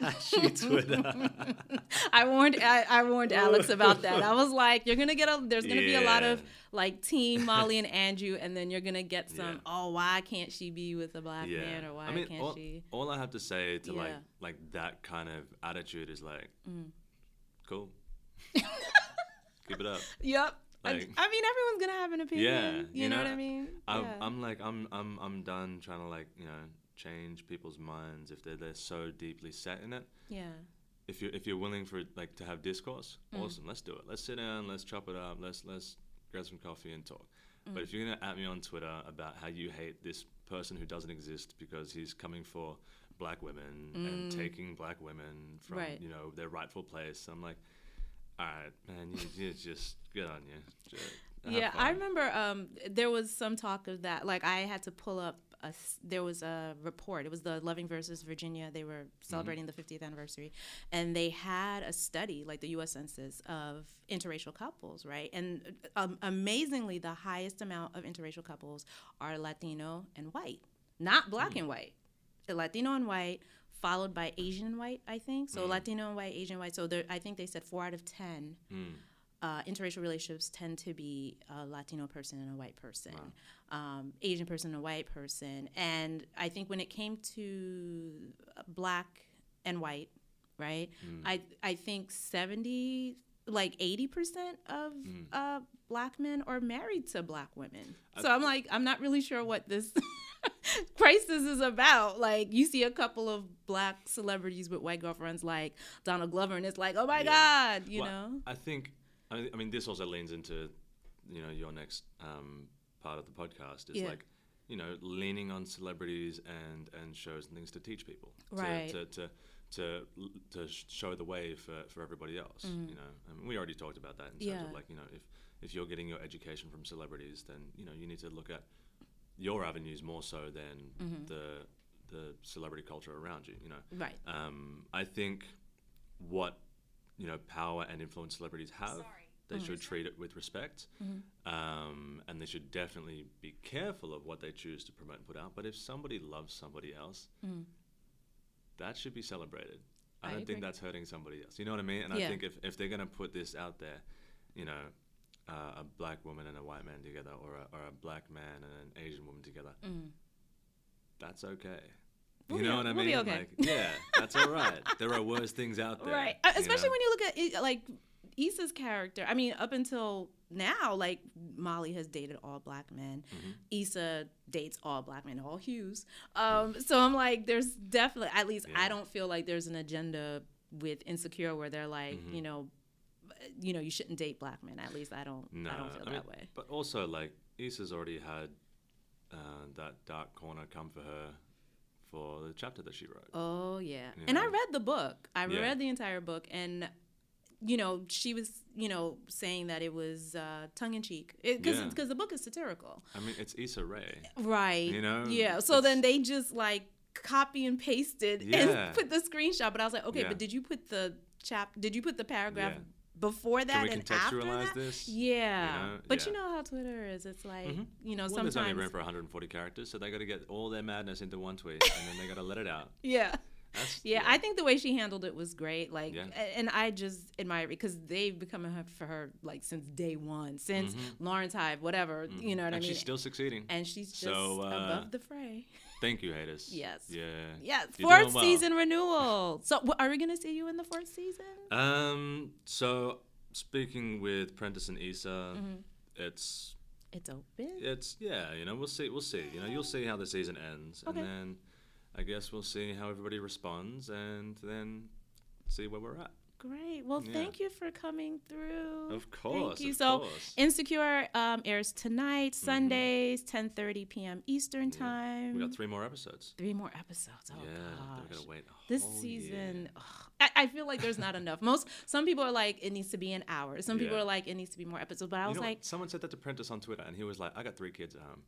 S2: Ashy Twitter.
S1: I warned I, I warned Alex about that. I was like, you're gonna get a there's gonna be a lot of
S2: Yeah.
S1: like team Molly and Andrew, and then you're gonna get some
S2: Yeah.
S1: oh why can't she be with a black
S2: yeah.
S1: man or why
S2: I mean,
S1: can't
S2: all,
S1: she?
S2: all I have to say to like
S1: Yeah. Mm.
S2: like that kind of attitude is like, cool. Keep it up.
S1: Yep. I-
S2: Like-
S1: I, mean, everyone's gonna have an opinion.
S2: Yeah,
S1: you,
S2: you
S1: know,
S2: know,
S1: what I mean?
S2: I'm,
S1: yeah.
S2: I'm like I'm I'm I'm done trying to like you know change people's minds if they're they're so deeply set in it.
S1: yeah.
S2: if you're if you're willing for like to have discourse,
S1: Mm.
S2: awesome. Let's do it. Let's sit down. Let's chop it up. Let's let's grab some coffee and talk.
S1: Mm.
S2: But if you're gonna at me on Twitter about how you hate this person who doesn't exist because he's coming for black women and taking black women from
S1: Mm. Right.
S2: you know their rightful place, I'm like, all right, man, you, you just good on you. Ju- have
S1: Yeah, I
S2: fun."
S1: remember um, there was some talk of that. Like I had to pull up a s- there was a report. It was the Loving versus Virginia. They were celebrating the 50th anniversary, and they had a study, like the U.S. Census, of interracial couples. Right, and um, amazingly, the highest amount of interracial couples are Latino and white, not black and white. Latino and white, followed by Asian and white. I think so. Latino and white, Asian and white. So there, I think they said four out of ten
S2: Mm,
S1: uh, interracial relationships tend to be a Latino person and a white person, um, Asian person and a white person. And I think when it came to black and white, right?
S2: mm. Hmm.
S1: I I think seventy, like eighty percent of uh, black men are married to black women. So I'm like, I'm not really sure what this. crisis is about like you see a couple of black celebrities with white girlfriends like donald glover and it's like oh my
S2: Yeah.
S1: god you
S2: Well,
S1: know
S2: I think I mean, I mean this also leans into you know your next um, part of the podcast is
S1: Yeah.
S2: like you know leaning on celebrities and and shows and things to teach people to-
S1: Right.
S2: to, to, to to to show the way for, for everybody else. You know, I mean, we already talked about that in terms
S1: Mm. Yeah.
S2: of like you know if if you're getting your education from celebrities, then you know you need to look at your avenues more so than
S1: Mm-hmm.
S2: the the celebrity culture around you. You know,
S1: Right.
S2: um, I think what you know power and influence celebrities have, they
S1: Mm-hmm.
S2: should treat it with respect, um, and they should definitely be careful of what they choose to promote and put out. But if somebody loves somebody else, that should be celebrated. I,
S1: Mm-hmm. I
S2: don't
S1: agree.
S2: think that's hurting somebody else. You know what I mean? And
S1: Yeah.
S2: I think if, if they're gonna put this out there, you know, uh, a black woman and a white man together, or a, or a black man and an Asian woman together, that's okay.
S1: We'll
S2: you
S1: be
S2: know
S1: o-
S2: what I
S1: we'll
S2: mean?
S1: be okay.
S2: Like, yeah, that's all right. There are worse things out there.
S1: Right. Uh,
S2: you know?
S1: Especially when you look at it, like Issa's character. I mean, up until now, like Molly has dated all black men.
S2: Mm-hmm.
S1: Issa dates all black men, all hues. Um, so I'm like, there's definitely, at least I
S2: Yeah.
S1: don't feel like there's an agenda with Insecure where they're like,
S2: Mm-hmm.
S1: you know, uh, you know, you shouldn't date black men. At least I don't. I don't feel that
S2: mean,
S1: way.
S2: But also, like, Issa's already had uh, that dark corner come for her for the chapter that she wrote.
S1: Oh yeah. And I
S2: Yeah.
S1: read the book. I
S2: Yeah.
S1: read the entire book and you know, she was, you know, saying that it was uh, tongue in cheek because
S2: Yeah.
S1: because the book is satirical,
S2: I mean, it's Issa Rae.
S1: right?
S2: You know,
S1: yeah. So then
S2: it's-
S1: they just like copy and pasted
S2: Yeah.
S1: and put the screenshot. But I was like, okay,
S2: Yeah.
S1: but did you put the chap? Did you put the paragraph
S2: Yeah.
S1: before that
S2: we
S1: and after that?
S2: contextualize this?
S1: Yeah,
S2: You know?
S1: but you
S2: Yeah. Mm-hmm.
S1: know how Twitter is. It's like you know
S2: Well,
S1: sometimes
S2: there's only room for 140 characters, so they got to get all their madness into one tweet, and then they got to let it out.
S1: yeah.
S2: That's,
S1: Yeah, I think the way she handled it was great. Like,
S2: Yeah.
S1: a- and I just admire it because they've become a hub for her like since day one, since Lawrence Hive, whatever. You know what
S2: Mm-hmm. and
S1: I mean?
S2: she's still succeeding.
S1: and she's just
S2: So, uh,
S1: above the fray.
S2: Thank you, haters.
S1: Yes.
S2: Yeah.
S1: Yes,
S2: You're doing
S1: fourth
S2: well.
S1: season renewal. So, wh- are we gonna see you in the fourth season?
S2: Um. So speaking with Prentice and Issa,
S1: Mm-hmm.
S2: it's
S1: It's open.
S2: it's yeah. You know, we'll see. We'll see. You know, you'll see how the season ends,
S1: Okay.
S2: and then I guess we'll see how everybody responds, and then see where we're at.
S1: Great. Well,
S2: Yeah.
S1: thank you for coming through.
S2: Of course,
S1: Oh, Thank you.
S2: of
S1: so,
S2: course.
S1: Insecure um, airs tonight, Sundays, 10:30 p.m. Eastern time.
S2: Mm-hmm. We got three more episodes.
S1: three more episodes. um, Oh
S2: yeah.
S1: gosh.
S2: We gotta wait. a
S1: this
S2: whole year.
S1: season ugh, I, I feel like there's not enough most some people are like it needs to be an hour some people
S2: Yeah.
S1: are like it needs to be more episodes but i
S2: You
S1: was
S2: know what?
S1: like
S2: someone said that to Prentice on Twitter, and he was like, "I got three kids at home.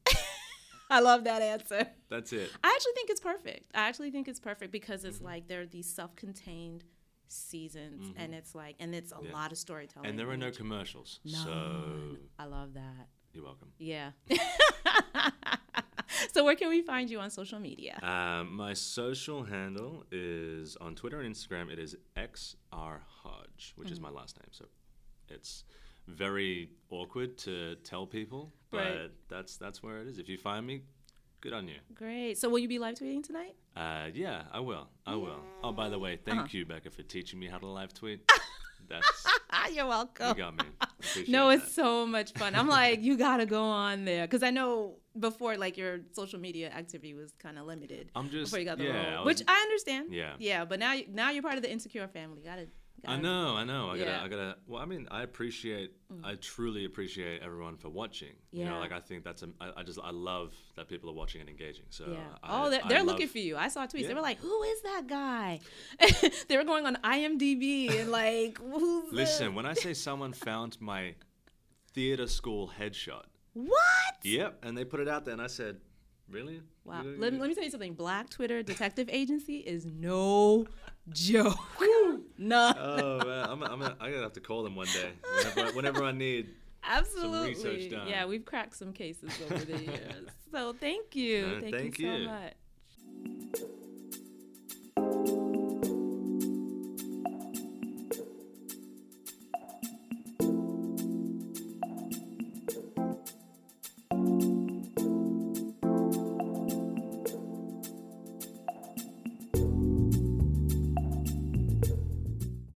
S1: i love that answer
S2: That's it."
S1: i actually think it's perfect i actually think it's perfect because
S2: Mm-hmm.
S1: it's like there are these self-contained seasons and it's like and it's a
S2: Yeah.
S1: lot of storytelling
S2: And there are
S1: in
S2: no
S1: each-
S2: commercials, so
S1: None. i love that
S2: you're welcome.
S1: yeah so where can we find you on social media
S2: Um, my social handle is on Twitter and Instagram. It is XR Hodge, which
S1: Mm.
S2: is my last name. So it's very awkward to tell people, but
S1: Right.
S2: that's that's where it is. If you find me, good on you.
S1: great so will you be live tweeting tonight
S2: Uh, yeah, I will. I will. Oh, by the way,
S1: Uh-huh.
S2: thank you, Becca, for teaching me how to live tweet. That's
S1: ah you're welcome
S2: you got me. Appreciate
S1: No,
S2: that.
S1: it's so much fun. I'm like, you gotta go on there because I know before, like your social media activity was kind of limited.
S2: I'm just-
S1: before you got the
S2: yeah,
S1: role,
S2: I
S1: which
S2: was-
S1: I understand.
S2: Yeah.
S1: yeah, but now, you- now you're part of the insecure family. Gotta, gotta
S2: I know, I know. I gotta,
S1: Yeah. Mm.
S2: I gotta. Well, I mean, I appreciate, I truly appreciate everyone for watching. You
S1: Yeah.
S2: know, like I think that's, a, I, I just, I love that people are watching and engaging. So,
S1: Yeah.
S2: I,
S1: oh, they're,
S2: I
S1: they're
S2: love-
S1: looking for you. I saw tweets. They
S2: Yeah.
S1: were like, "Who is that guy?" they were going on IMDb and like, "Who's the-
S2: Listen, when I say someone found my theater school headshot,
S1: what?"
S2: yep, and they put it out there, and I said, really?
S1: Wow.
S2: Really?
S1: Let, me- let me tell you something. Black Twitter Detective Agency is no joke. no,
S2: Oh man, I'm, I'm, I'm gonna have to call them one day. Whenever, I- whenever I need.
S1: Absolutely.
S2: done.
S1: Yeah, we've cracked some cases over the years. So thank you.
S2: No,
S1: thank,
S2: thank
S1: you so
S2: you.
S1: much.